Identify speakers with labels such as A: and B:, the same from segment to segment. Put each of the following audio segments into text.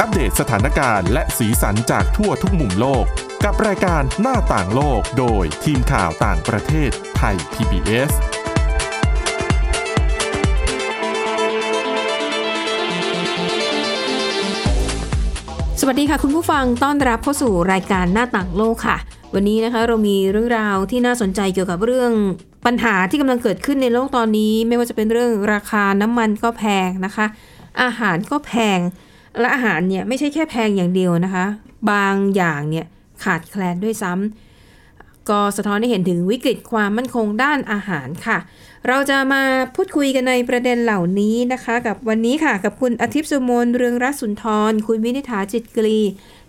A: อัปเดตสถานการณ์และสีสันจากทั่วทุกมุมโลก กับรายการหน้าต่างโลกโดยทีมข่าวต่างประเทศไทย PBS
B: สวัสดีค่ะ คุณผู้ฟังต้อนรับเข้าสู่รายการหน้าต่างโลกค่ะ วันนี้นะคะเรามีเรื่องราวที่น่าสนใจเกี่ยวกับเรื่องปัญหาที่กำลังเกิดขึ้นในโลกตอนนี้ ไม่ว่าจะเป็นเรื่องราคาน้ำมันก็แพงนะคะ อาหารก็แพงและอาหารเนี่ยไม่ใช่แค่แพงอย่างเดียวนะคะ บางอย่างเนี่ยขาดแคลนด้วยซ้ำ ก็สะท้อนให้เห็นถึงวิกฤตความมั่นคงด้านอาหารค่ะ เราจะมาพูดคุยกันในประเด็นเหล่านี้นะคะ กับวันนี้ค่ะ กับคุณอาทิตย์สุโมนเรืองรัศนทร คุณวินิษฐาจิตกรี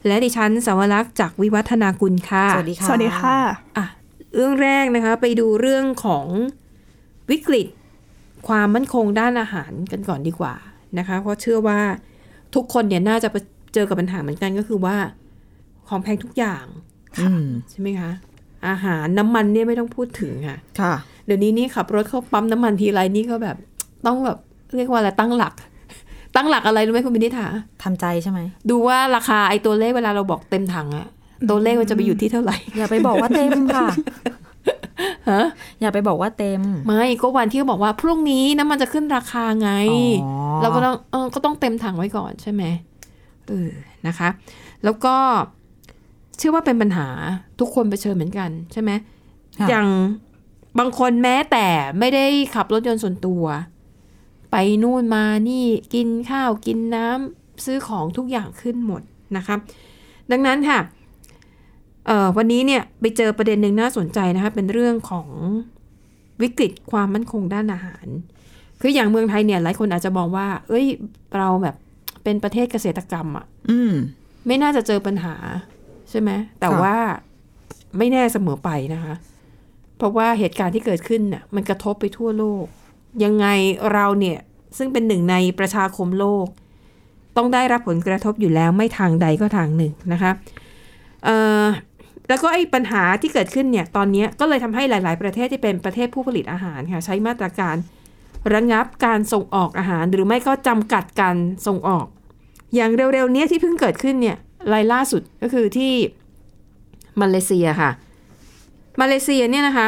B: และดิฉันสาวรักษ์จากวิวัฒนากุลค่ะ
C: สวัสดีค่ะ
D: สวัสดีค่ะ
B: อ่ะเรื่องแรกนะคะ ไปดูเรื่องของวิกฤต ความมั่นคงด้านอาหารกันก่อนดีกว่านะคะ เพราะเชื่อว่าทุกคนเนี่ยน่าจะเจอกับปัญหาเหมือนกันก็คือว่า ของแพงทุกอย่าง
C: อืม
B: ใช่ไหมคะ อาหารน้ำมันเนี่ยไม่ต้องพูดถึงค่ะ
C: ค่ะ
B: เดี๋ยวนี้นี่ขับรถเข้าปั๊มน้ำมันทีไรนี่ก็แบบ ต้องแบบเรียกว่าอะไรตั้งหลัก ตั้งหลักอะไรรู้ไหมคุณบินิษฐา
C: ทำใจใช่ไหม
B: ดูว่าราคาไอ้ตัวเลขเวลาเราบอกเต็มถังอะตัวเลขมันจะไปอยู่ที่เท่าไหร่
C: อย่าไปบอกว่าเต็มค่ะ
B: ฮะ
C: อย่าไปบอกว่าเต็ม
B: ไม่ก็วันที่เขาบอกว่าพรุ่งนี้น้ำมันจะขึ้นราคาไง
C: อ๋อ
B: เราก็ต้องเออก็ต้องเต็มถังไว้ก่อนใช่ไหมเออนะคะ แล้วก็เชื่อว่าเป็นปัญหาทุกคนเผชิญเหมือนกันใช่ไหม
C: ค่ะ
B: อย่างบางคนแม้แต่ไม่ได้ขับรถยนต์ส่วนตัว ไปนู่นมานี่กินข้าวกินน้ำซื้อของทุกอย่างขึ้นหมดนะคะดังนั้นค่ะเอ่อวันนี้เนี่ยไปเจอประเด็นหนึ่งน่าสนใจนะคะเป็นเรื่องของวิกฤตความมั่นคงด้านอาหาร คืออย่างเมืองไทยเนี่ยหลายคนอาจจะมองว่า เอ้ยเราแบบเป็นประเทศเกษตรกรรมอะ
C: อืม
B: ไม่น่าจะเจอปัญหาใช่ไหมแต่
C: ค่ะ
B: ว่าไม่แน่เสมอไปนะคะ เพราะว่าเหตุการณ์ที่เกิดขึ้นน่ะมันกระทบไปทั่วโลก ยังไงเราเนี่ยซึ่งเป็นหนึ่งในประชาคมโลก ต้องได้รับผลกระทบอยู่แล้วไม่ทางใดก็ทางหนึ่งนะคะเอ่อแล้วก็ไอ้ปัญหาที่เกิดขึ้นเนี่ยตอนเนี้ยก็เลยทำให้หลาย ๆ ประเทศที่เป็นประเทศผู้ผลิตอาหารค่ะใช้มาตรการระงับการส่งออกอาหาร หรือไม่ก็จำกัดการส่งออก อย่างเร็วๆเนี้ยที่เพิ่งเกิดขึ้นเนี่ยรายล่าสุดก็คือที่มาเลเซียค่ะ มาเลเซียเนี่ยนะคะ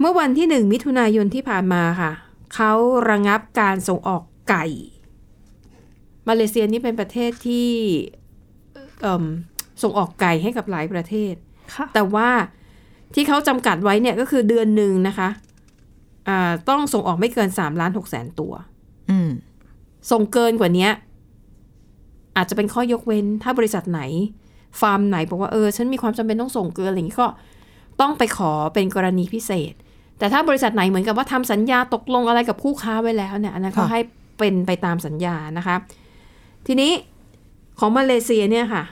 B: เมื่อวันที่หนึ่งมิถุนายนที่ผ่านมาค่ะ เขาระงับการส่งออกไก่ มาเลเซียนี่เป็นประเทศที่เอิ่มส่งออกไก่ให้กับหลายประเทศ
D: ค่ะ
B: แต่ว่าที่เขาจำกัดไว้เนี่ยก็คือเดือนหนึ่งนะคะอ่าต้องส่งออกไม่เกิน3ล้าน6แสนตัว
C: อืม
B: ส่งเกินกว่าเนี้ยอาจจะเป็นข้อยกเว้น ถ้าบริษัทไหน ฟาร์มไหนบอกว่าเออ ฉันมีความจำเป็นต้องส่งเกินอะไรอย่างนี้ก็ต้องไปขอเป็นกรณีพิเศษ แต่ถ้าบริษัทไหนเหมือนกับว่าทำสัญญาตกลงอะไรกับคู่ค้าไว้แล้วเนี่ยอันนั้นก็
C: ค่ะ
B: ให้เป็นไปตามสัญญานะคะ ทีนี้ของมาเลเซียเนี่ยค่ะ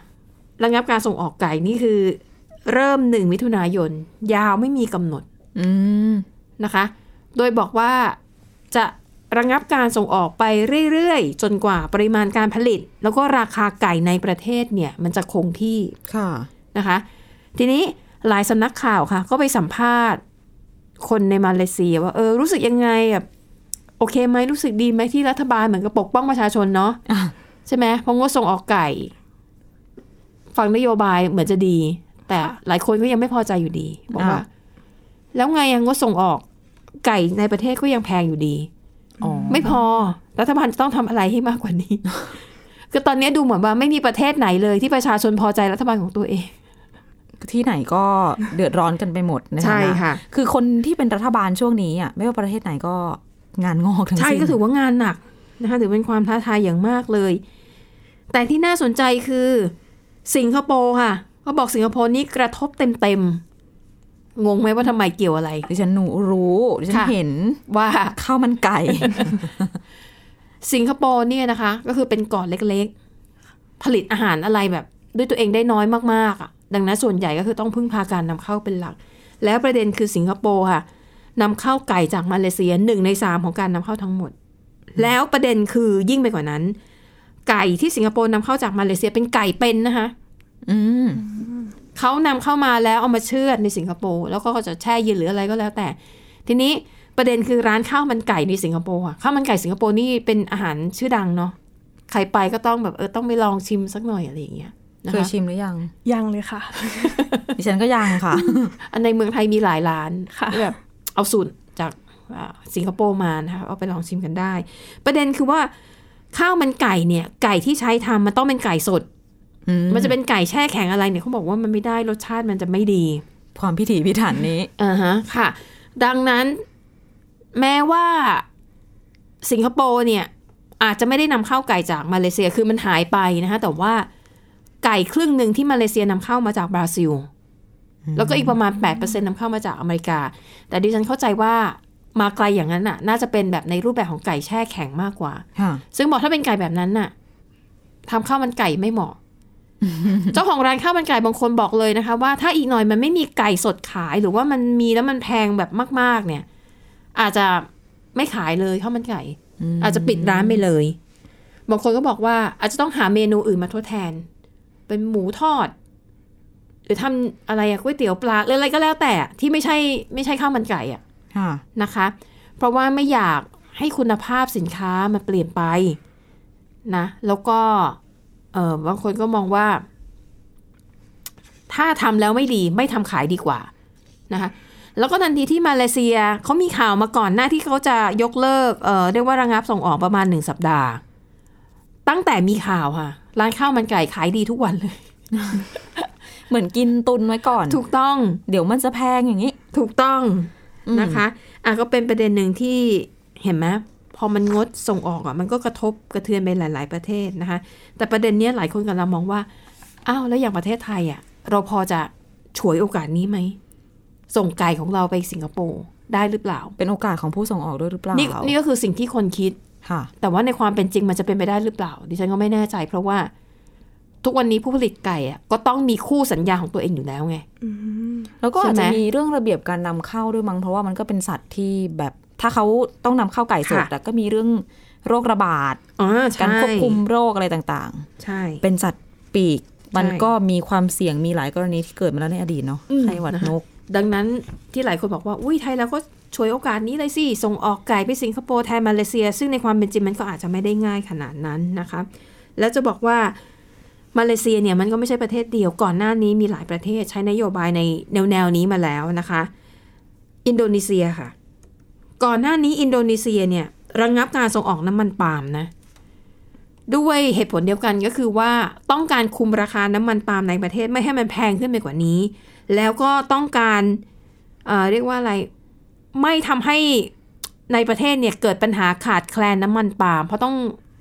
B: ระงับการส่งออกไก่นี่คือเริ่มหนึ่งมิถุนายน ยาวไม่มีกำหนด
C: อืม
B: นะคะ โดยบอกว่าจะระงับการส่งออกไปเรื่อยๆ จนกว่าปริมาณการผลิต แล้วก็ราคาไก่ในประเทศเนี่ย มันจะคงที่
C: ค่ะ
B: นะคะ ทีนี้หลายสำนักข่าวค่ะ ก็ไปสัมภาษณ์คนในมาเลเซียว่าเออรู้สึกยังไงแบบโอเคไหมรู้สึกดีไหมที่รัฐบาลเหมือนกับปกป้องประชาชนเนาะ
C: อ่ะ
B: ใช่ไหมเพราะงดส่งออกไก่ ฟังนโยบายเหมือนจะดี แต่หลายคนก็ยังไม่พอใจอยู่ดี บอกว่า
C: อ่ะ
B: แล้วไงยังงดส่งออกไก่ในประเทศก็ยังแพงอยู่ดี
C: อ๋อ
B: ไม่พอ รัฐบาลจะต้องทำอะไรให้มากกว่า นี้ คือตอนนี้ดูเหมือนว่าไม่มีประเทศไหนเลยที่ประชาชนพอใจรัฐบาลของตัวเอง
C: ที่ไหนก็เดือดร้อนกันไปหมดน
B: ใช่
C: น
B: ค่ะ
C: คือคนที่เป็นรัฐบาลช่วงนี้อ่ะ ไม่ว่าประเทศไหนก็งานงอกทั้ง
B: ใช่
C: สิ้น
B: ก็ถือว่างานหนักนะคะถือเป็นความท้าทายอย่างมากเลย แต่ที่น่าสนใจคือสิงคโปร์ค่ะเขาบอกสิงคโปร์นี่กระทบเต็มๆงงไหมว่าทำไมเกี่ยวอะไร
C: ดิฉันหนูรู้ดิฉัน
B: ค่ะ
C: เห็น
B: ว่า
C: ข้าวมันไก่
B: สิงคโปร์เนี่ยนะคะ ก็คือเป็นเกาะเล็กๆ ผลิตอาหารอะไรแบบ ด้วยตัวเองได้น้อยมากๆอ่ะดังนั้นส่วนใหญ่ก็คือต้องพึ่งพาการนำเข้าเป็นหลัก แล้วประเด็นคือสิงคโปร์ค่ะนำเข้าไก่จากมาเลเซียหนึ่งในสามของการนำเข้าทั้งหมด แล้วประเด็นคือยิ่งไปกว่านั้น ไก่ที่สิงคโปร์นำเข้าจากมาเลเซียเป็นไก่เป็นนะคะ
C: อืม
B: เขานำเข้ามาแล้วเอามาเชือดในสิงคโปร์แล้วก็จะแช่เย็นหรืออะไรก็แล้วแต่ ทีนี้ประเด็นคือร้านข้าวมันไก่ในสิงคโปร์อะข้าวมันไก่สิงคโปร์นี่เป็นอาหารชื่อดังเนาะ ใครไปก็ต้องแบบเออต้องไปลองชิมสักหน่อยอะไรอย่างเงี้ยนะ
C: เคย
B: คะ
C: ชิมหรือยัง
D: ยังเลยค่ะ
C: ดิฉันก็ยังค่ะ
B: อันในเมืองไทยมีหลายร้าน
D: ค่ะ
B: แบบเอาสูตรจากอ่าสิงคโปร์มานะคะเอาไปลองชิมกันได้ ประเด็นคือว่าข้าวมันไก่เนี่ยไก่ที่ใช้ทำมันต้องเป็นไก่สด
C: อื
B: มันจะเป็นไก่แช่แข็งอะไรเนี่ยเขาบอกว่ามันไม่ได้รสชาติมันจะไม่ดี
C: ความพิถีพิถันนี้
B: อ่าฮะค่ะ ดังนั้นแม้ว่าสิงคโปร์เนี่ย อาจจะไม่ได้นำเข้าไก่จากมาเลเซียคือมันหายไปนะคะแต่ว่าไก่ครึ่งหนึ่งที่มาเลเซียนำเข้ามาจากบราซิล แล้วก็อีกประมาณ 8%นำเข้ามาจากอเมริกา แต่ดิฉันเข้าใจว่ามาไกลอย่างนั้นน่ะ น่าจะเป็นแบบในรูปแบบของไก่แช่แข็งมากกว่า
C: ค่ะ
B: ซึ่งบอกถ้าเป็นไก่แบบนั้นน่ะทำข้าวมันไก่ไม่เหมาะ เจ้าของร้านข้าวมันไก่บางคนบอกเลยนะคะ ว่าถ้าอีกหน่อยมันไม่มีไก่สดขายหรือว่ามันมีแล้วมันแพงแบบมาก ๆ เนี่ย อาจจะไม่ขายเลยข้าวมันไก่ อาจจะปิดร้านไปเลย บางคนก็บอกว่า อาจจะต้องหาเมนูอื่นมาทดแทน เป็นหมูทอด หรือทำอะไรอะก๋วยเตี๋ยวปลาหรืออะไรก็แล้วแต่อะที่ไม่ใช่ไม่ใช่ข้าวมันไก่อะ
C: ค่ะ
B: นะคะ เพราะว่าไม่อยากให้คุณภาพสินค้ามันเปลี่ยนไปนะ แล้วก็เออบางคนก็มองว่า ถ้าทำแล้วไม่ดีไม่ทำขายดีกว่านะคะ แล้วก็ทันทีที่มาเลเซียเขามีข่าวมาก่อนหน้าที่เขาจะยกเลิกเออเรียกว่าระงับส่งออกประมาณหนึ่งสัปดาห์ ตั้งแต่มีข่าวค่ะ ร้านข้าวมันไก่ขายดีทุกวันเลย
C: เหมือนกินตุนไว้ก่อน
B: ถูกต้อง
C: เดี๋ยวมันจะแพงอย่างนี้
B: ถูกต้อง
C: อืม
B: นะคะ อ่ะก็เป็นประเด็นหนึ่งที่เห็นไหมพอมันงดส่งออกอ่ะมันก็กระทบกระเทือนไปหลาย ๆ ประเทศนะคะ แต่ประเด็นเนี้ยหลายคนกำลังมองว่า อ้าวแล้วอย่างประเทศไทยอ่ะเราพอจะฉวยโอกาสนี้ไหม ส่งไก่ของเราไปสิงคโปร์ได้หรือเปล่า
C: เป็นโอกาสของผู้ส่งออกด้วยหรือเปล่า
B: นี่นี่ก็คือสิ่งที่คนคิด
C: ค่ะ
B: แต่ว่าในความเป็นจริงมันจะเป็นไปได้หรือเปล่า ดิฉันก็ไม่แน่ใจ เพราะว่าทุกวันนี้ผู้ผลิตไก่อ่ะก็ต้องมีคู่สัญญาของตัวเองอยู่แล้วไง
D: อืม
C: แล้วก็อาจ
B: ใช่
C: จะ
B: ไหม
C: มีเรื่องระเบียบการนำเข้าด้วยมั้งเพราะว่ามันก็เป็นสัตว์ที่แบบถ้าเขาต้องนำเข้าไก่สด
B: ค่ะ
C: แต่ก็มีเรื่องโรคระบาด
B: อ๋อ
C: การ
B: ใช่
C: ควบคุมโรคอะไรต่าง
B: ใช่
C: ๆ เป็นสัตว์ปีก มัน
B: ใช่
C: ก็มีความเสี่ยงมีหลายกรณีที่เกิดมาแล้วในอดีตเนาะ
B: อืม
C: ไข้หวัดนก
B: ดังนั้นที่หลายคนบอกว่า อุ้ยไทยแล้วก็ช่วยโอกาสนี้เลยสิ ส่งออกไก่ไปสิงคโปร์แทนมาเลเซีย ซึ่งในความเป็นจริงมันก็อาจจะไม่ได้ง่ายขนาดนั้นนะคะ แล้วจะบอกว่ามาเลเซียเนี่ยมันก็ไม่ใช่ประเทศเดียวก่อนหน้านี้มีหลายประเทศใช้นโยบายในแนวแนวๆนี้มาแล้วนะคะ อินโดนีเซียค่ะ ก่อนหน้านี้อินโดนีเซียเนี่ยระงงับการส่งออกน้ำมันปาล์มนะ ด้วยเหตุผลเดียวกันก็คือว่าต้องการคุมราคาน้ำมันปาล์มในประเทศไม่ให้มันแพงขึ้นไปกว่านี้ แล้วก็ต้องการเอ่อเรียกว่าอะไรไม่ทำให้ในประเทศเนี่ยเกิดปัญหาขาดแคลนน้ำมันปาล์มเพราะต้อง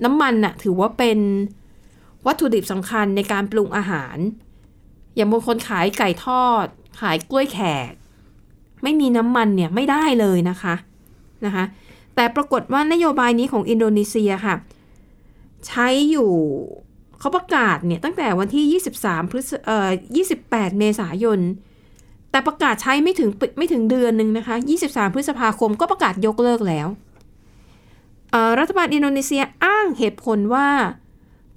B: น้ำมันน่ะถือว่าเป็นวัตถุดิบสำคัญในการปรุงอาหาร อย่างบางคนขายไก่ทอด ขายกล้วยแขก ไม่มีน้ำมันเนี่ยไม่ได้เลยนะคะนะคะ แต่ปรากฏว่านโยบายนี้ของอินโดนีเซียค่ะ ใช้อยู่เขาประกาศเนี่ยตั้งแต่วันที่ 23 พฤษเอ่อ28 เมษายน แต่ประกาศใช้ไม่ถึงปิไม่ถึงเดือนหนึ่งนะคะ 23 พฤษภาคมก็ประกาศยกเลิกแล้วเอ่อรัฐบาลอินโดนีเซียอ้างเหตุผลว่า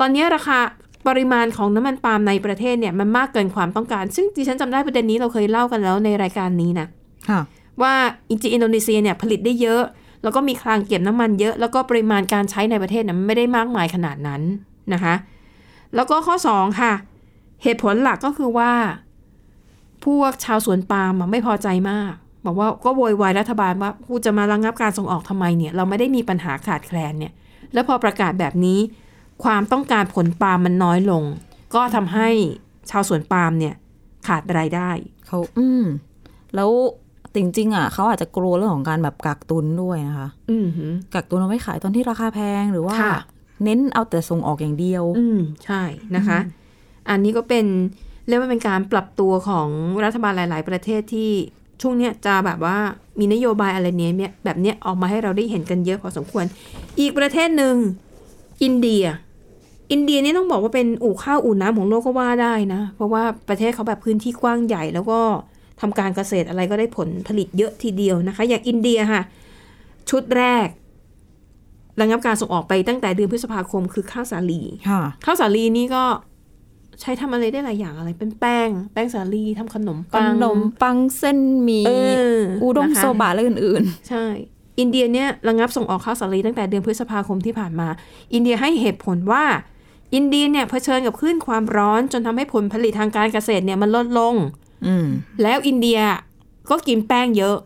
B: ตอนนี้ราคาปริมาณของน้ำมันปาล์มในประเทศเนี่ยมันมากเกินความต้องการ ซึ่งดิฉันจำได้ประเด็นนี้เราเคยเล่ากันแล้วในรายการนี้นะ
C: ค่ะ
B: ว่าจริงๆอินโดนีเซียเนี่ยผลิตได้เยอะ แล้วก็มีคลังเก็บน้ำมันเยอะ แล้วก็ปริมาณการใช้ในประเทศเนี่ยมันไม่ได้มากมายขนาดนั้นนะคะ แล้วก็ข้อ 2 ค่ะ เหตุผลหลักก็คือว่า พวกชาวสวนปาล์มอะไม่พอใจมาก บอกว่าก็โวยวายรัฐบาลว่ากูจะมาระงงับการส่งออกทำไมเนี่ย เราไม่ได้มีปัญหาขาดแคลนเนี่ย แล้วพอประกาศแบบนี้ ความต้องการผลปาล์มมันน้อยลง ก็ทำให้ชาวสวนปาล์มเนี่ยขาดรายได้
C: เขาอืม แล้วจริง ๆ อ่ะเขาอาจจะกลัวเรื่องของการแบบกักตุนด้วยนะคะ
B: อือหือ
C: กักตุนเอาไว้ขายตอนที่ราคาแพงหรือว่า
B: ค่ะ
C: เน้นเอาแต่ส่งออกอย่างเดียว
B: อืม ใช่นะคะ อันนี้ก็เป็นเรียกว่าเป็นการปรับตัวของรัฐบาลหลาย ๆ ประเทศที่ช่วงเนี้ยจะแบบว่ามีนโยบายอะไรเนี้ยเนี่ยแบบเนี้ยออกมาให้เราได้เห็นกันเยอะพอสมควร อีกประเทศหนึ่งอินเดีย อินเดียนี่ต้องบอกว่าเป็นอู่ข้าวอู่น้ำของโลกก็ว่าได้นะ เพราะว่าประเทศเขาแบบพื้นที่กว้างใหญ่แล้วก็ทำการเกษตรอะไรก็ได้ผลผลิตเยอะทีเดียวนะคะ อย่างอินเดียค่ะ ชุดแรกระงับการส่งออกไปตั้งแต่เดือนพฤษภาคมคือข้าวสาลี
C: ค่ะ
B: ข้าวสาลีนี่ก็ใช้ทำอะไรได้หลายอย่างอะไรเป็นแป้ง แป้งสาลีทำขนม
C: ข
B: ปัง
C: นมปังเส้นหมี
B: เออ
C: อุด้ง
B: นะคะ
C: โซบะและอื่น
B: ใช่ อินเดียเนี่ยระงับส่งออกข้าวสาลีตั้งแต่เดือนพฤษภาคมที่ผ่านมา อินเดียให้เหตุผลว่า อินเดียเนี่ยเผชิญกับคลื่นความร้อนจนทำให้ผลผลิตทางการเกษตรเนี่ยมันลดลง
C: อืม
B: แล้วอินเดียก็กินแป้งเยอะ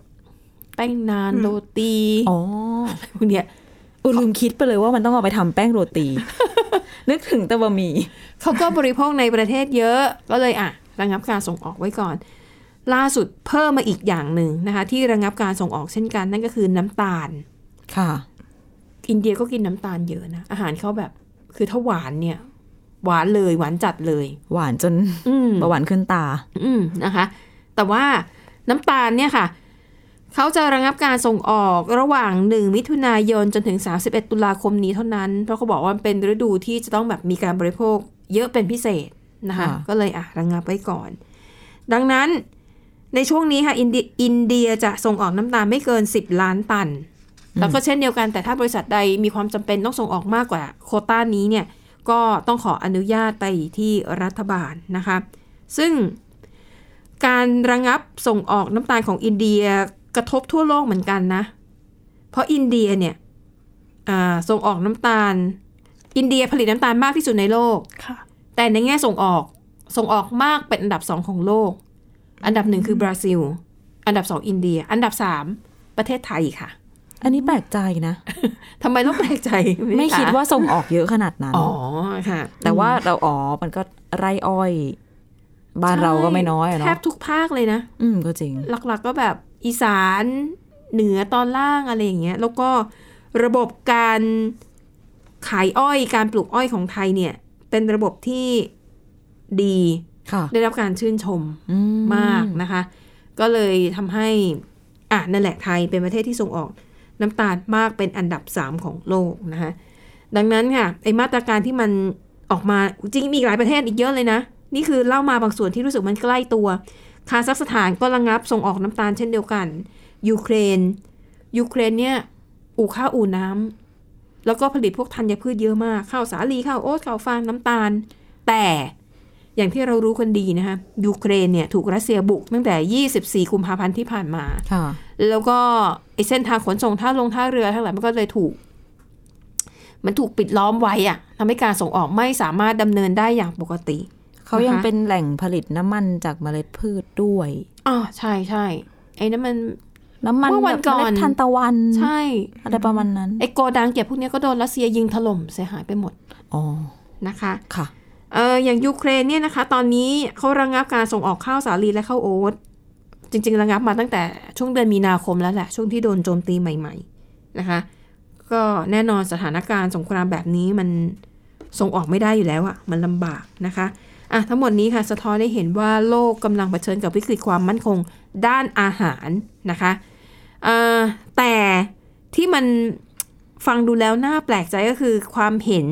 B: แป้งนานโรตี
C: อ๋อ
B: พวกเนี้ย
C: อุยลืมคิดไปเลยว่ามันต้องเอาไปทำแป้งโร ตี นึกถึงแต่บะหมี่
B: เขาก็บริโภคในประเทศเยอะก็เลยอ่ะระงับการส่งออกไว้ก่อน ล่าสุดเพิ่มมาอีกอย่างหนึ่งนะคะ ที่ระงับการส่งออกเช่นกันนั่นก็คือน้ำตาล
C: ค่ะ
B: อินเดียก็กินน้ำตาลเยอะนะอาหารเขาแบบ คือถ้าหวานเนี่ย หวานเลยหวานจัดเลย
C: หวานจน
B: อืม
C: เบาหวานขึ้นตา
B: อืมนะคะ แต่ว่าน้ำตาลเนี่ยค่ะ เขาจะระงับการส่งออกระหว่าง 1 มิถุนายนจนถึง 31 ตุลาคมนี้เท่านั้น เพราะเขาบอกว่ามันเป็นฤดูที่จะต้องแบบมีการบริโภคเยอะเป็นพิเศษนะคะ
C: ค่ะ
B: ก็เลยอ่ะระงับไว้ก่อน ดังนั้นในช่วงนี้ค่ะอินเดียอินเดียจะส่งออกน้ำตาลไม่เกิน 10 ล้านตัน แล้วก็เช่นเดียวกันแต่ถ้าบริษัทใดมีความจำเป็นต้องส่งออกมากกว่าโควต้านี้เนี่ยก็ต้องขออนุญาตไปที่รัฐบาลนะคะ ซึ่งการระงับส่งออกน้ำตาลของอินเดียกระทบทั่วโลกเหมือนกันนะ เพราะอินเดียเนี่ยอ่าส่งออกน้ำตาล อินเดียผลิตน้ำตาลมากที่สุดในโลก
D: ค่ะ
B: แต่ในแง่ส่งออกส่งออกมากเป็นอันดับสองของโลก อันดับหนึ่งคือบราซิล อันดับสองอินเดีย อันดับสามประเทศไทยค่ะ
C: อันนี้แปลกใจนะ
B: ทำไมต้องแปลกใจ
C: ไม่คิดว่าส่งออกเยอะขนาดนั้น
B: อ๋อค่ะ
C: แต่ว่าเราอ๋อมันก็ไรอ้อย บ้านเราก็ไม่น้อยอะ
B: แท
C: เนาะ
B: บทุกภาคเลยนะ
C: อืมก็จริง
B: หลักๆก็แบบอีสานเหนือตอนล่างอะไรอย่างเงี้ย แล้วก็ระบบการขายอ้อยการปลูกอ้อยของไทยเนี่ย เป็นระบบที่ดี
C: ค่ะ
B: ได้รับการชื่นชม
C: อื
B: มากนะคะ ก็เลยทำให้อ่ะนั่นแหละไทยเป็นประเทศที่ส่งออกน้ำตาลมากเป็นอันดับสามของโลกนะคะดังนั้นค่ะไอมาตรการที่มันออกมาจริงมีอีกหลายประเทศอีกเยอะเลยนะ นี่คือเล่ามาบางส่วนที่รู้สึกมันใกล้ตัว คาซัคสถานก็ระงับส่งออกน้ำตาลเช่นเดียวกัน ยูเครน ยูเครนเนี่ย อู่ข้าวอู่น้ำแล้วก็ผลิตพวกธัญพืชเยอะมาก ข้าวสาลีข้าวโอ๊ตข้าวฟางน้ำตาล แต่อย่างที่เรารู้กันดีนะคะยูเครนเนี่ย ถูกรัสเซียบุกตั้งแต่ 24 กุมภาพันธ์ที่ผ่านมา
C: ค่ะ
B: แล้วก็ไอเส้นทางขนส่งท่าลงท่าเรือทั้งหลายมันก็เลยถูก มันถูกปิดล้อมไว้อะทำให้การส่งออกไม่สามารถดำเนินได้อย่างปกติ
C: เขายัง
B: นะคะ
C: เป็นแหล่งผลิตน้ำมันจากเมล็ดพืชด้วย
B: อ๋อใช่ใช่ไอ้นั่นมัน
C: น้ำมัน
B: เมื่อวันก่อน
C: แบบเมล็ดทานตะวัน
B: ใช่
C: อะไรประมาณนั้น
B: ไอโกดังเก็บพวกเนี้ยก็โดนรัสเซียยิงถล่มเสียหายไปหมด
C: อ๋อ
B: นะคะ
C: ค่ะ
B: เอออย่างยูเครนเนี่ยนะคะ ตอนนี้เขาระงงับการส่งออกข้าวสาลีและข้าวโอ๊ตจริง ๆ ระงับมาตั้งแต่ช่วงเดือนมีนาคมแล้วแหละ ช่วงที่โดนโจมตีใหม่ๆนะคะ ก็แน่นอนสถานการณ์สงครามแบบนี้มันส่งออกไม่ได้อยู่แล้วอะมันลำบากนะคะอ่ะทั้งหมดนี้ค่ะสะท้อนได้เห็นว่าโลกกำลังเผชิญกับวิกฤตความมั่นคงด้านอาหารนะคะเอ่อแต่ที่มัน ฟังดูแล้วน่าแปลกใจก็คือความเห็น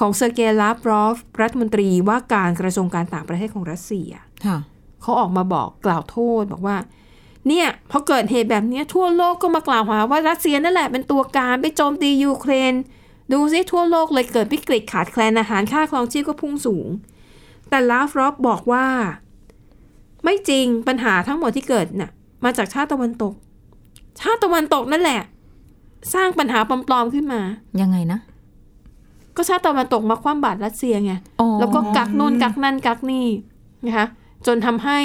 B: ของเซอร์เกย์ลาฟรอฟรัฐมนตรีว่าการกระทรวงการต่างประเทศของรัสเซีย
C: ค่ะ
B: เขาออกมาบอกกล่าวโทษบอกว่า เนี่ยพอเกิดเหตุแบบเนี้ยทั่วโลกก็มากล่าวหาว่ารัสเซียนั่นแหละเป็นตัวการไปโจมตียูเครน ดูซิทั่วโลกเลยเกิดวิกฤตขาดแคลนอาหารค่าครองชีพก็พุ่งสูง แต่ลาฟรอฟบอกว่า ไม่จริงปัญหาทั้งหมดที่เกิดน่ะ มาจากชาติตะวันตก ชาติตะวันตกนั่นแหละ สร้างปัญหาปลอมๆขึ้นมา
C: ยังไงนะ
B: ก็ชาติตะวันตกมาคว่ำบาตรรัสเซียไง
C: อ๋อ
B: แล้วก็กักนู่นกักนั่นกักนี่นะคะ จนทำให้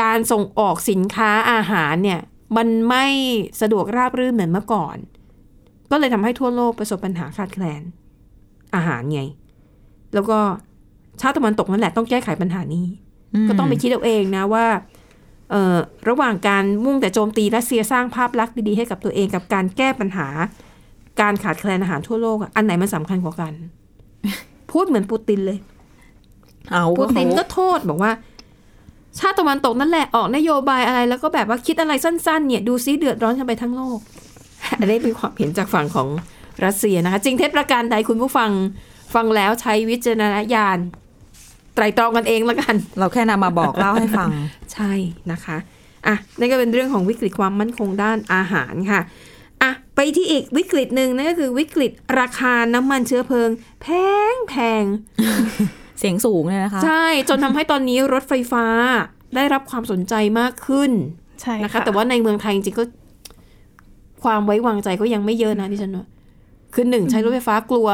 B: การส่งออกสินค้าอาหารเนี่ย มันไม่สะดวกราบรื่นเหมือนเมื่อก่อน ก็เลยทำให้ทั่วโลกประสบปัญหาขาดแคลน อาหารไง แล้วก็ชาติตะวันตกนั่นแหละต้องแก้ไขปัญหานี้ ก็ต้องไปคิดเอาเองนะว่าเอ่อระหว่างการมุ่งแต่โจมตีรัสเซียสร้างภาพลักษณ์ดีๆให้กับตัวเองกับการแก้ปัญหา การขาดแคลนอาหารทั่วโลกอะอันไหนมันสำคัญกว่ากัน พูดเหมือนปูตินเลย
C: เอา
B: ปูตินก็
C: เขา
B: โทษบอกว่า ชาติตะวันตกนั่นแหละออกนโยบายอะไรแล้วก็แบบว่าคิดอะไรสั้นๆ เนี่ยดูซิเดือดร้อนกันไปทั้งโลก อันนี้เป็นความเห็นจากฝั่งของรัสเซียนะคะ จริงเท็จประการใดคุณผู้ฟังฟังแล้วใช้วิจารณญาณไตรตรองกันเองละกัน
C: เราแค่นำมาบอกเล่าให้ฟัง
B: ใช่นะคะ อ่ะ นั่นก็เป็นเรื่องของวิกฤตความมั่นคงด้านอาหารค่ะ อ่ะ ไปที่อีกวิกฤตหนึ่งนั่นก็คือวิกฤตราคาน้ำมันเชื้อเพลิง แพงแพง
C: เสียงสูงเลยนะคะ
B: ใช่ จนทำให้ตอนนี้รถไฟฟ้าได้รับความสนใจมากขึ้น
D: ใช่
B: นะคะ แต่ว่าในเมืองไทยจริงๆก็ ความไว้วางใจก็ยังไม่เยอะนะที่ฉันว่าคือหนึ่งใช้รถไฟฟ้ากลัว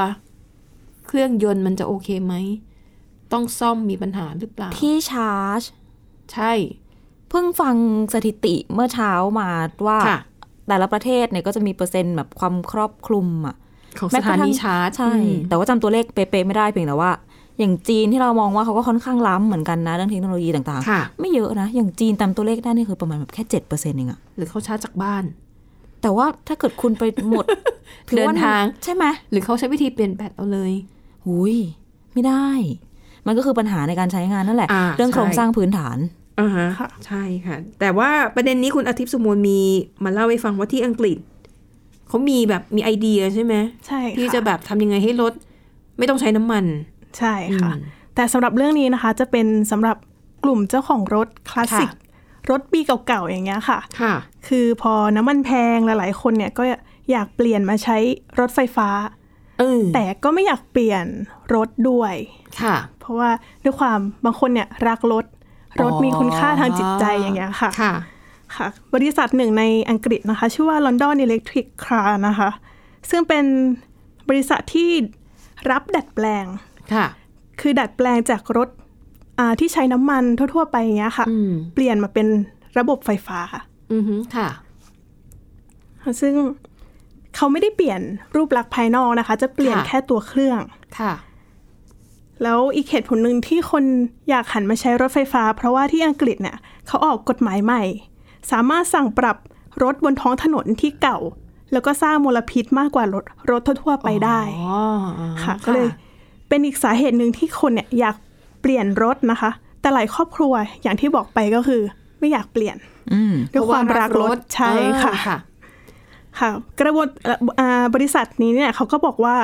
B: เครื่องยนต์มันจะโอเคไหม ต้องซ่อมมีปัญหาหรือเปล่า
C: ที่ชาร์จ
B: ใช่
C: เพิ่งฟังสถิติเมื่อเช้ามาว่า
B: ค่ะ
C: แต่ละประเทศเนี่ยก็จะมีเปอร์เซ็นต์แบบความครอบคลุมอ่ะ
B: ของ
C: แม้
B: ส
C: ก
B: ถา
C: ระทั่
B: นี
C: ง
B: ชาร์จ
C: ใช่
B: อืม
C: แต่ว่าจำตัวเลขเป๊ะๆไม่ได้เพียงแต่ว่า อย่างจีนที่เรามองว่าเขาก็ค่อนข้างล้ำเหมือนกันนะเรื่องเทคโนโลยีต่าง
B: ค่ะ
C: ๆ ไม่เยอะนะ อย่างจีนตามตัวเลขได้นี่คือประมาณแบบแค่เจ็ดเปอร์เซ็นต์เองอะ
B: หรือเขาชาร์จจากบ้าน
C: แต่ว่าถ้าเกิดคุณไปหมด ถือว่
B: เดินทาง
C: ใช่ไหม
B: หรือเขาใช้วิธีเปลี่ยนแบตเอาเลย
C: หุยไม่ได้ มันก็คือปัญหาในการใช้งานนั่นแหละ
B: อ่า
C: เรื่องโครง
B: ใช่
C: สร้างพื้นฐาน
B: อ่าฮะใช่ค่ะ แต่ว่าประเด็นนี้คุณอาทิตย์สุโมนมีมาเล่าให้ฟังว่าที่อังกฤษ เขามีแบบมีไอเดียใช่ไหม
D: ใช่ค่
B: ที่จะแบบทำยังไงให้รถไม่ต้องใช้น้ำมัน
D: ใช่ค่ะ
B: อืม
D: แต่สำหรับเรื่องนี้นะคะจะเป็นสำหรับกลุ่มเจ้าของรถคลาสสิก
B: ค่ะ
D: รถปีเก่าๆอย่างเงี้ยค่ะ
B: ค่ะ
D: คือพอน้ำมันแพงหลายๆ คนเนี่ยก็อยากเปลี่ยนมาใช้รถไฟฟ้า
B: เออ
D: แต่ก็ไม่อยากเปลี่ยนรถด้วย
B: ค่ะ
D: เพราะว่าด้วยความบางคนเนี่ยรักรถ รถมีคุณค่าทางจิตใจอย่างเงี้ยค่ะ
B: ค่ะ
D: ค่ะบริษัทหนึ่งในอังกฤษนะคะ ชื่อว่า London Electric Car นะคะ ซึ่งเป็นบริษัทที่รับดัดแปลง
B: ค่ะ
D: คือดัดแปลงจากรถอ่าที่ใช้น้ำมันทั่ว ๆ ไปอย่างเงี้ยค่ะ
B: อืม
D: เปลี่ยนมาเป็นระบบไฟฟ้า
B: อือฮึค่ะ
D: ซึ่งเขาไม่ได้เปลี่ยนรูปลักษณ์ภายนอกนะคะ จะเปลี่ยน
B: ค่ะ
D: แค่ตัวเครื่อง
B: ค่ะ
D: แล้วอีกเหตุผลหนึ่งที่คนอยากหันมาใช้รถไฟฟ้า เพราะว่าที่อังกฤษเนี่ยเขาออกกฎหมายใหม่ สามารถสั่งปรับรถบนท้องถนนที่เก่า แล้วก็สร้างมลพิษมากกว่ารถรถทั่วๆไปได้
B: อ๋ออ๋อ
D: ค่ะก็เลยเป็นอีกสาเหตุหนึ่งที่คนเนี่ยอยากเปลี่ยนรถนะคะ แต่หลายครอบครัวอย่างที่บอกไปก็คือ ไม่อยากเปลี่ยน
C: อืม
D: ด้วยความรักรถใช่
B: เออ
D: ค่ะ
B: ค่ะ
D: ค่ะ กระบวนเอ่ออ่าบริษัทนี้เนี่ยเขาก็บอกว่า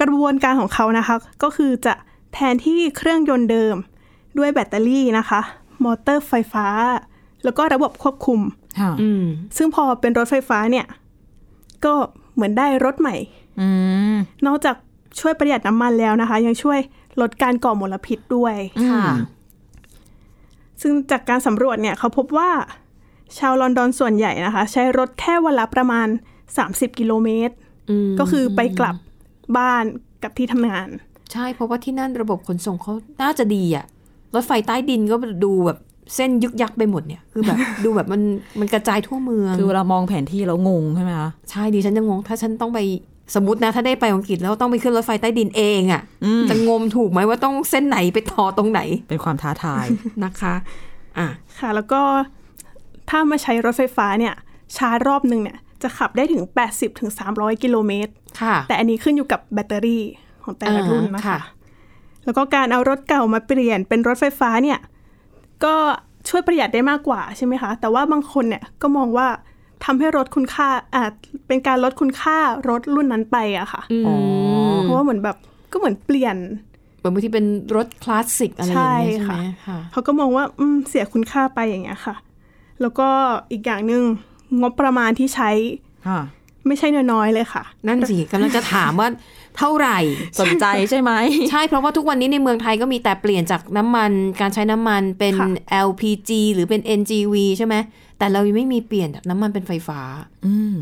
D: กระบวนการของเขานะคะ ก็คือจะแทนที่เครื่องยนต์เดิม ด้วยแบตเตอรี่นะคะ มอเตอร์ไฟฟ้า แล้วก็ระบบควบคุม
C: ค่ะ
B: อืม
D: ซึ่งพอเป็นรถไฟฟ้าเนี่ย ก็เหมือนได้รถใหม่
C: อืม
D: นอกจากช่วยประหยัดน้ำมันแล้วนะคะ ยังช่วยลดการก่อมลพิษด้วย
B: ค่ะ
D: ซึ่งจากการสำรวจเนี่ยเขาพบว่า ชาวลอนดอนส่วนใหญ่นะคะ ใช้รถแค่วันละประมาณ 30 กิโลเมตร
B: อืม
D: ก็คือไปกลับบ้านกับที่ทำงาน
B: ใช่ เพราะว่าที่นั่นระบบขนส่งเขาน่าจะดีอะรถไฟใต้ดินก็ดูแบบเส้นยึกยักไปหมดเนี่ย คือแบบ ดูแบบมันมันกระจายทั่วเมือง
C: คือเวลามองแผนที่แล้วงงใช่ไหมคะ
B: ใช่ดิฉันยังงง ถ้าฉันต้องไปสมมตินะ ถ้าได้ไปอังกฤษแล้วต้องไปขึ้นรถไฟใต้ดินเองอะ
C: อืม
B: จะงมถูกไหมว่าต้องเส้นไหนไปต่อตรงไหน
C: เป็นความท้าทาย
B: นะคะ อ่ะ
D: ค่ะ แล้วก็ถ้ามาใช้รถไฟฟ้าเนี่ยชาร์จรอบหนึ่งเนี่ยจะขับได้ถึง 80-300ถึง300 กิโลเมตร
B: ค่ะ
D: แต่อันนี้ขึ้นอยู่กับแบตเตอรี่ของแต่ละรุ่นนะ
B: อ่า
D: คะ แล้วก็การเอารถเก่ามาเปลี่ยนเป็นรถไฟฟ้าเนี่ยก็ช่วยประหยัดได้มากกว่าใช่ไหมคะ แต่ว่าบางคนเนี่ยก็มองว่าทำให้รถคุณค่าอาจเป็นการลดคุณค่ารถรุ่นนั้นไปอะค่ะ
B: อืม
D: เพราะว่าเหมือนแบบก็เหมือนเปลี่ยน
B: เหมือนบางทีเป็นรถคลาสสิกอะไรอย่างเงี้ย
D: ใช่
B: ใช่ไหม
D: ค่ะ
B: ค่ะ
D: เขาก็มองว่าอืมเสียคุณค่าไปอย่างเงี้ยค่ะ แล้วก็อีกอย่างหนึ่งงบประมาณที่ใช้
C: ค่ะ
D: ไม่ใช่น้อยๆเลยค่ะ
B: นั่นสิกำลังจะถามว่าเท่าไหร่
C: สนใจใช่ไหม
B: ใช่ เพราะว่าทุกวันนี้ในเมืองไทยก็มีแต่เปลี่ยนจากน้ำมันการใช้น้ำมันเป็น
D: ค่ะ
B: LPG หรือเป็น NGV ใช่ไหมแต่เรายังไม่มีเปลี่ยนจากน้ำมันเป็นไฟฟ้า
C: อืม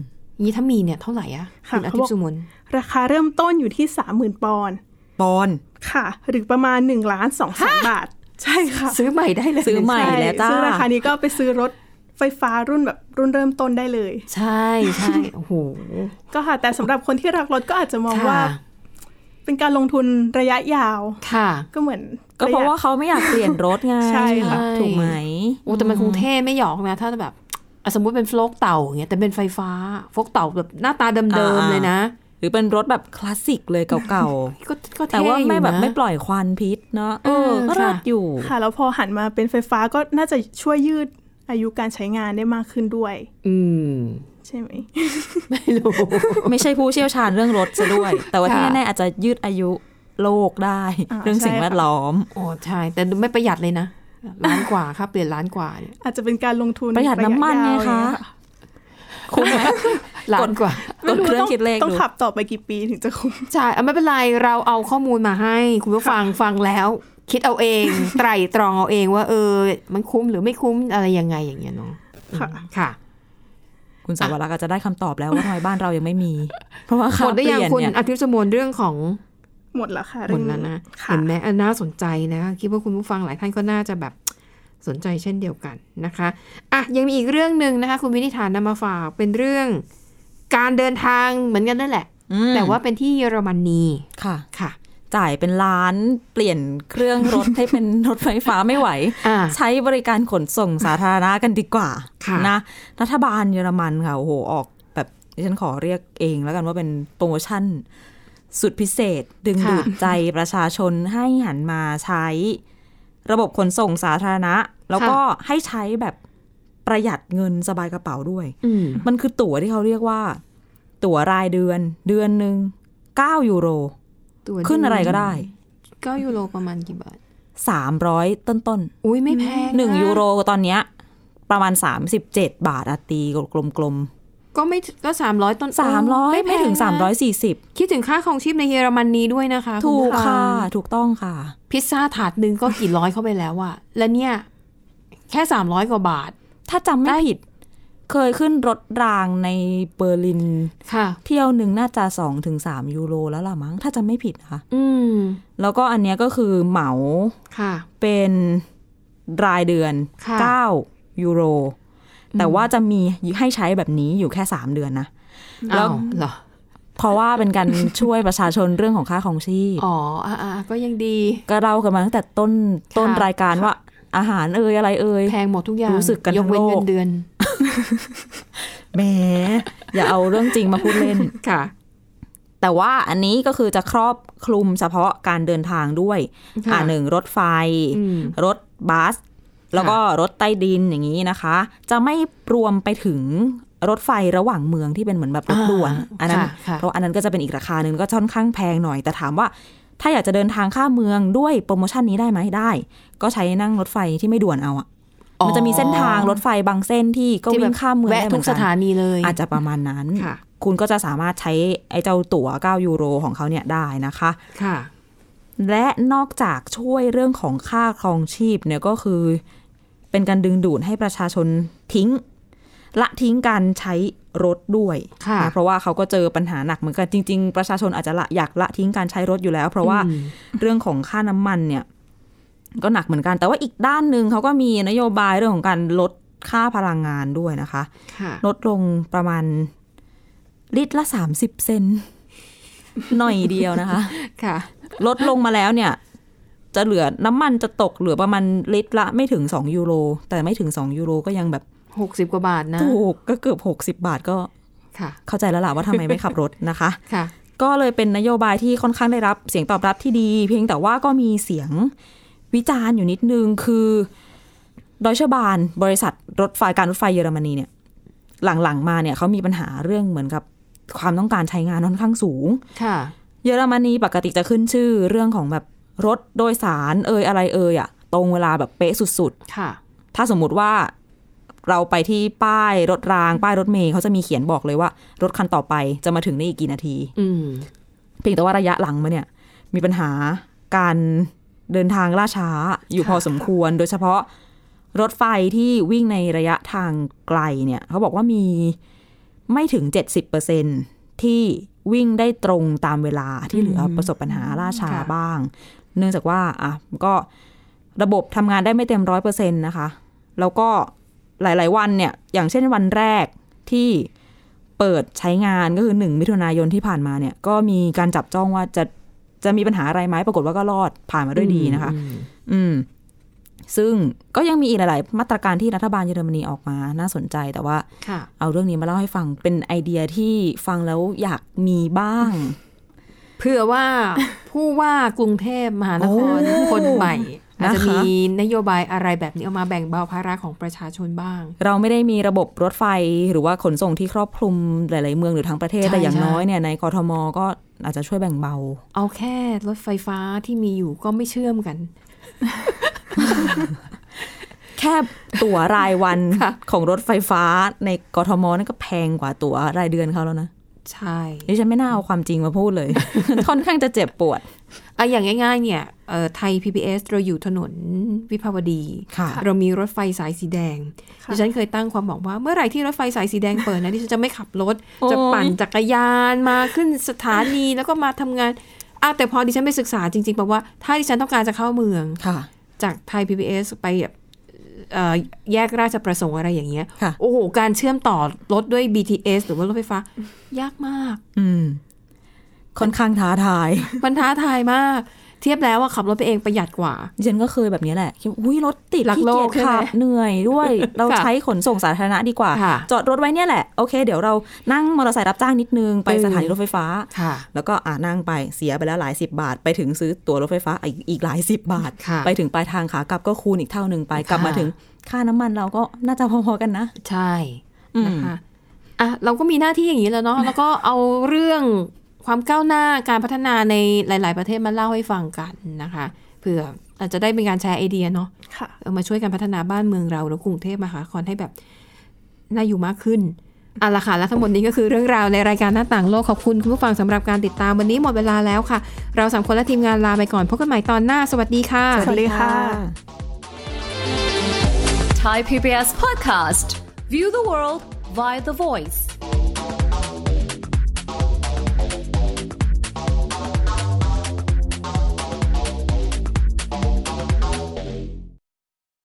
B: นี่ถ้ามีเนี่ยเท่าไหร่อะ
D: ค่ะ
B: ณอา
D: เขา
B: ทิต
D: บอก
B: ย์สุมน
D: ราคาเริ่มต้นอยู่ที่ 30,000 ปอนด์
C: ปอนด์
D: ค่ะ หรือประมาณ1ล้าน2แสนบาท ใช่ค่ะ
B: ซื้อใหม่ได้เลย
C: ซื้อใหม่
D: ใช่
C: แล้วจ้า
D: ซึ่งราคานี้ก็ไปซื้อรถไฟฟ้ารุ่นแบบรุ่นเริ่มต้นได้เลย
B: ใช่ใช่โอ้โห
D: ก็ค่ะ แต่สำหรับคนที่รักรถก็อาจจะมองว่า
B: ค่ะ
D: เป็นการลงทุนระยะยาว
B: ค่ะ
D: ก็เหมือน
C: ก็เพราะว่าเขาไม่อยากเปลี่ยนรถไง
D: ใช่ค่ะ
C: ถูกไหม
B: โอ้แต่มันคงเท่ไม่หยอกนะ ถ้าแบบอ่ะสมมุติเป็นโฟลกเต่าอย่างเงี้ยแต่เป็นไฟฟ้าโฟลกเต่าแบบหน้าตาเดิมๆเลยนะ
C: หรือเป็นรถแบบคลาสสิกเลยเก่า
B: ก็ก็
C: ๆ
B: เท่
C: แต่ว่าไม่แบบ
B: อยู่นะ
C: ไม่ปล่อยควันพิษเนาะเออ
B: เออ
C: ก็รอด
B: ค่ะ
C: อยู่
D: ค่ะแล้วพอหันมาเป็นไฟฟ้าก็น่าจะช่วยยืดอายุการใช้งานได้มากขึ้นด้วย
B: อืม
D: ใช่ไหม
B: ไม่รู้
C: ไม่ใช่ผู้เชี่ยวชาญเรื่องรถซะด้วย แต่ว่าที่
B: ค่ะ
C: แน่ๆอาจจะยืดอายุโลกได้
D: อ่า
C: เรื่อง
D: ใช่
C: สิ่งแวด
D: ค่ะ
C: ล้อม
B: โอ้ใช่แต่ไม่ประหยัดเลยนะล้านกว่าครับเปลี่ยนล้านกว่าเนี่ย
D: อาจจะเป็นการลงทุน
C: ประหยัดน้ำมันไง
D: รยยาว
C: คะ
D: อ
C: คุ้มไหม
B: ล้านกว่า
D: ไม่รู้
C: กดเครื่อง
D: ต้อง
C: คิดเลข
D: ต้อง
C: ดู
D: ขับต่อไปกี่ปีถึงจะคุ้ม
B: ใช่เอาไม่เป็นไรเราเอาข้อมูลมาให้ คุณผู้ฟังฟังแล้ว คิดเอาเอง ไตร่ตรองเอาเองว่าเออ มันคุ้มหรือไม่คุ้มอะไรยังไงอย่างเงี้ยเนาะ
D: ค่ะ
B: ค่ะ
C: คุณสาวรักษ์อาจจะได้คำตอบแล้วว่าทำไมบ้านเรายังไม่มี เพราะว่า
B: ห
C: ค่าม
B: ดได้
C: เปลี่
B: ยั
C: ย
B: ง
C: น
B: คุณ
C: เนี่ย
B: อาทิตย์สมนเรื่องของ
D: หมดแล้วค่ะ
B: หม
D: เรื่อ
B: ด
D: ง
B: แล้วนะ
D: ค่ะ
B: เห็นไหมอันน่าสนใจนะคิดว่าคุณผู้ฟังหลายท่านก็น่าจะแบบสนใจเช่นเดียวกันนะคะอ่ะยังมีอีกเรื่องหนึ่งนะคะ คุณวินิฐานนำมาฝากเป็นเรื่องการเดินทางเหมือนกันนั่นแหละ
C: อืม
B: แต่ว่าเป็นที่เยอรมนี
C: ค่ะ
B: ค่ะ
C: จ่ายเป็นล้านเปลี่ยนเครื่องรถ ให้เป็นรถไฟฟ้าไม่ไหว
B: อ่า
C: ใช้บริการขนส่งสาธารณะกันดีกว่า
B: ค่ะ
C: นะรัฐบาลเยอรมันค่ะโอ้โหออกแบบดิฉันขอเรียกเองแล้วกันว่าเป็นโปรโมชั่น สุดพิเศษ ดึงดูดใจประชาชนให้หันมาใช้ ระบบขนส่งสาธารณะ แล้วก็ให้ใช้แบบประหยัดเงินสบายกระเป๋าด้วย
B: อืม
C: มันคือตั๋วที่เขาเรียกว่า ตั๋วรายเดือน เดือนหนึ่ง9ยูโร
B: ตัว
C: ขึ้นอะไรก็ได้
B: เก้ายูโรประมาณกี่บาท
C: 300 ต้นต้น
B: อุ้ยไม่แพง
C: ๆหนึ่ง
B: ะ
C: ยูโรตอนเนี้ยประมาณ 37 บาทอะตีกลม
B: ก็ไม่ก็สามร้อยต้น
C: ๆ300 ไม่ถึง
B: แพนะ
C: 340
B: คิดถึงค่าของชีพในเยอรมนีด้วยนะคะณ
C: ถูก
B: ผู้ฟั
C: ค่ะ
B: ง
C: ถูกต้องค่ะ
B: พิซซ่าถาดหนึ่งก็กี่ร้อยเข้าไปแล้วอะและเนี่ย แค่สามร้อยกว่าบาท
C: ถ้าจำไม่ผิด เคยขึ้นรถรางในเบอร์ลิน
B: ค่ะ
C: เที่ยวหนึ่งน่าจะ2-3ถึง3ยูโรแล้วล่ะมั้ง ถ้าจำไม่ผิดนะคะ
B: อืม
C: แล้วก็อันเนี้ยก็คือเหมา
B: ค่ะ
C: เป็นรายเดือน
B: ค่ะ
C: 9 ยูโร แต่ว่าจะมีให้ใช้แบบนี้อยู่แค่ 3 เดือนนะ แล้ว
B: อ้าเหรอ
C: เพราะว่าเป็นการ ช่วยประชาชนเรื่องของค่าของชีพ
B: อ๋ออ่ะอ่ะก็ยังดี
C: ก็เล่ากันมาตั้งแต่ต้นต้น
B: ค่ะ
C: รายการว่าอาหารเอ่ยอะไรเอ่ย
B: แพงหมดทุกอย่าง
C: รู้สึกกัน
B: ย
C: ทั้
B: ก
C: ง
B: เว้นเงิ
C: โลก
B: นเดือน
C: แหม อย่าเอาเรื่องจริงมาพูดเล่น
B: ค่ะ
C: แต่ว่าอันนี้ก็คือจะครอบคลุมเฉพาะการเดินทางด้วย อ่า
B: ค่ะ
C: หนึ่งรถไฟ
B: อืม
C: รถบัส แล้วก็รถใต้ดินอย่างนี้นะคะ จะไม่รวมไปถึงรถไฟระหว่างเมืองที่เป็นเหมือนแบบรถด่วน
B: อ่า
C: อันนั้น
B: ค่ะค่ะ
C: เพราะอันนั้นก็จะเป็นอีกราคาหนึ่งก็ค่อนข้างแพงหน่อย แต่ถามว่า ถ้าอยากจะเดินทางข้ามเมืองด้วยโปรโมชั่นนี้ได้ไหมได้ ก็ใช้นั่งรถไฟที่ไม่ด่วนเอาอะมันจะมีเส้นทางรถไฟบางเส้นที่ก็
B: ที่แบ
C: วิ่
B: บ
C: งข้ามเมืองได้
B: แวะ
C: เหมื
B: ทุ
C: อก น
B: ส
C: กัน
B: ถานีเลย
C: อาจจะประมาณนั้น
B: ค่ะ
C: คุณก็จะสามารถใช้ไอ้เจ้าตั๋ว 9 ยูโรของเขาเนี่ยได้นะคะ
B: ค่ะ
C: และนอกจากช่วยเรื่องของค่าครองชีพเนี่ยก็คือ เป็นการดึงดูดให้ประชาชนทิ้ง ละทิ้งการใช้รถด้วย
B: ค่ะ
C: นะเพราะว่าเขาก็เจอปัญหาหนักเหมือนกันจริง ๆ ประชาชนอาจจะละอยากละทิ้งการใช้รถอยู่แล้ว เพราะว่า
B: อืม
C: เรื่องของค่าน้ำมันเนี่ย ก็หนักเหมือนกัน แต่ว่าอีกด้านหนึ่งเขาก็มีนโยบายเรื่องของการลดค่าพลังงานด้วยนะคะ
B: ค่ะ
C: ลดลงประมาณลิตรละ 30 เซนต์หน่อยเดียวนะคะ
B: ค่ะ
C: ลดลงมาแล้วเนี่ย จะเหลือน้ำมันจะตกเหลือประมาณลิตรละไม่ถึง 2 ยูโร แต่ไม่ถึง 2 ยูโรก็ยังแบบ
B: หกสิบกว่าบาทนะ
C: ถูกก็เกือบ 60 บาทก็
B: ค่ะ
C: เข้าใจแล้วล่ะว่าทำไมไม่ขับรถนะคะ
B: ค่ะ
C: ก็เลยเป็นนโยบายที่ค่อนข้างได้รับเสียงตอบรับที่ดี เพียงแต่ว่าก็มีเสียงวิจารณ์อยู่นิดนึงคือดอยเชบานบริษัทรถไฟการรถไฟเยอรมนีเนี่ยหลังๆมาเนี่ยเขามีปัญหาเรื่องเหมือนกับความต้องการใช้งานค่อนข้างสูง
B: ค่ะ
C: เยอรมนีปกติจะขึ้นชื่อเรื่องของแบบรถโดยสารเอ่ยอะไรเอ่ยอะตรงเวลาแบบเป๊ะสุด
B: ค่ะ
C: ๆ ถ้าสมมุติว่าเราไปที่ป้ายรถรางป้ายรถเมย์เขาจะมีเขียนบอกเลยว่า รถคันต่อไปจะมาถึงในอีกกี่นาที
B: อืม
C: เพียงแต่ว่าระยะหลังมาเนี่ย มีปัญหาการเดินทางล่าช้าอยู่พอสมควร โดยเฉพาะรถไฟที่วิ่งในระยะทางไกลเนี่ย เขาบอกว่ามีไม่ถึง 70%ที่วิ่งได้ตรงตามเวลาที่เหลือประสบปัญหาล่าช้า
B: ค่ะ
C: บ้าง เนื่องจากว่าอ่ะก็ระบบทำงานได้ไม่เต็มร้อยเปอร์เซ็นต์นะคะ แล้วก็หลาย ๆ วันเนี่ย อย่างเช่นวันแรกที่เปิดใช้งานก็คือหนึ่งมิถุนายนที่ผ่านมาเนี่ย ก็มีการจับจ้องว่าจะจะมีปัญหาอะไรไหมปรากฏว่าก็รอดผ่านมาด้วยดีนะคะ
B: อืม
C: อืม ซึ่งก็ยังมีอีกหลาย ๆ มาตรการที่รัฐบาลเยอรมนีออกมาน่าสนใจแต่ว่า
B: ค่ะ
C: เอาเรื่องนี้มาเล่าให้ฟังเป็นไอเดียที่ฟังแล้วอยากมีบ้าง
B: เผื่อว่า ผู้ว่ากรุงเทพมหานคร
C: โอ้
B: คนใหม่อาจจะ
C: นะคะ
B: มีนโยบายอะไรแบบนี้ออกมาแบ่งเบาภาระของประชาชนบ้าง
C: เราไม่ได้มีระบบรถไฟหรือว่าขนส่งที่ครอบคลุมหลาย ๆ เมืองหรือทั้งประเทศ
B: ใช่
C: แต่อย่าง
B: ใช่
C: น้อยเนี่ยในกทมก็อาจจะช่วยแบ่งเบา
B: เอาแค่รถไฟฟ้าที่มีอยู่ก็ไม่เชื่อมกัน
C: แค่ตั๋วรายวัน
B: ค่ะ
C: ของรถไฟฟ้าในกทมนั่นก็แพงกว่าตั๋วรายเดือนเขาแล้วนะ
B: ใช่
C: ดิฉันไม่น่าเอาความจริงมาพูดเลย ค่อนข้างจะเจ็บปวด
B: อะอย่างง่าย ๆ เนี่ยเอ่อไทย PBS เราอยู่ถนนวิภาวดี
C: ค่ะ
B: เรามีรถไฟสายสีแดง
D: ค่ะ
B: ดิฉันเคยตั้งความหวังว่าเมื่อไหร่ที่รถไฟสายสีแดงเปิดนะ ดิฉันจะไม่ขับรถ จะ
C: โอ้ย
B: ปั่นจักรยานมาขึ้นสถานีแล้วก็มาทำงานอ้าวแต่พอดิฉันไปศึกษาจริงๆแปลว่าถ้าดิฉันต้องการจะเข้าเมือง
C: ค่ะ
B: จากไทย PBS ไปแบบเอ่อแยกราชประสงค์อะไรอย่างเงี้ย
C: ค่ะ
B: โอ้โห การเชื่อมต่อรถด้วย BTS หรือว่ารถไฟฟ้า ยากมาก
C: อืม ค่อนข้างท้าทาย
B: มันท้าทายมาก เทียบแล้วว่าขับรถไปเองประหยัดกว่า
C: ดิฉันก็เคยแบบนี้แหละคิดว่าอุ้ยรถติด
B: รักโลก
C: ขี้เยจขับ
B: ใช่ไหม
C: เหนื่อยด้วย เราใช้ขนส่งสาธารณะดีกว่า
B: ค่ะ
C: จอดรถไว้เนี่ยแหละ โอเค เดี๋ยวเรานั่งมอเตอร์ไซค์รับจ้างนิดนึง ไป
B: เออ
C: สถานีรถไฟฟ้า
B: ค่ะ
C: แล้วก็อ่านั่งไปเสียไปแล้วหลายสิบบาท ไปถึงซื้อตั๋วรถไฟฟ้าอีกอีกหลายสิบบาท
B: ค่ะ
C: ไปถึงปลายทางขากลับก็คูณอีกเท่าหนึ่งไป กลับมา
B: ค่ะ
C: ถึงค่าน้ำมันเราก็น่าจะพอๆกันนะ
B: ใช่
C: อืม
B: นะคะอ่ะเราก็มีหน้าที่อย่างนี้แล้วเนาะ แล้วก็เอาเรื่องความก้าวหน้าการพัฒนาในหลาย ๆ ประเทศมาเล่าให้ฟังกันนะคะเผื่ออาจจะได้เป็นการแชร์ไอเดียเนาะ
D: ค่ะ
B: เอามาช่วยกันพัฒนาบ้านเมืองเราหรือกรุงเทพมหานครให้แบบน่าอยู่มากขึ้นเอาละค่ะและทั้งหมดนี้ก็คือเรื่องราวในรายการหน้าต่างโลกขอบคุณคุณผู้ฟังสำหรับการติดตามวันนี้หมดเวลาแล้วค่ะ เราสามคนและทีมงานลาไปก่อนพบกันใหม่ตอนหน้าสวัสดีค่ะ
D: สวัสดีค่ะ
E: Thai PBS podcast. View the world via the voice.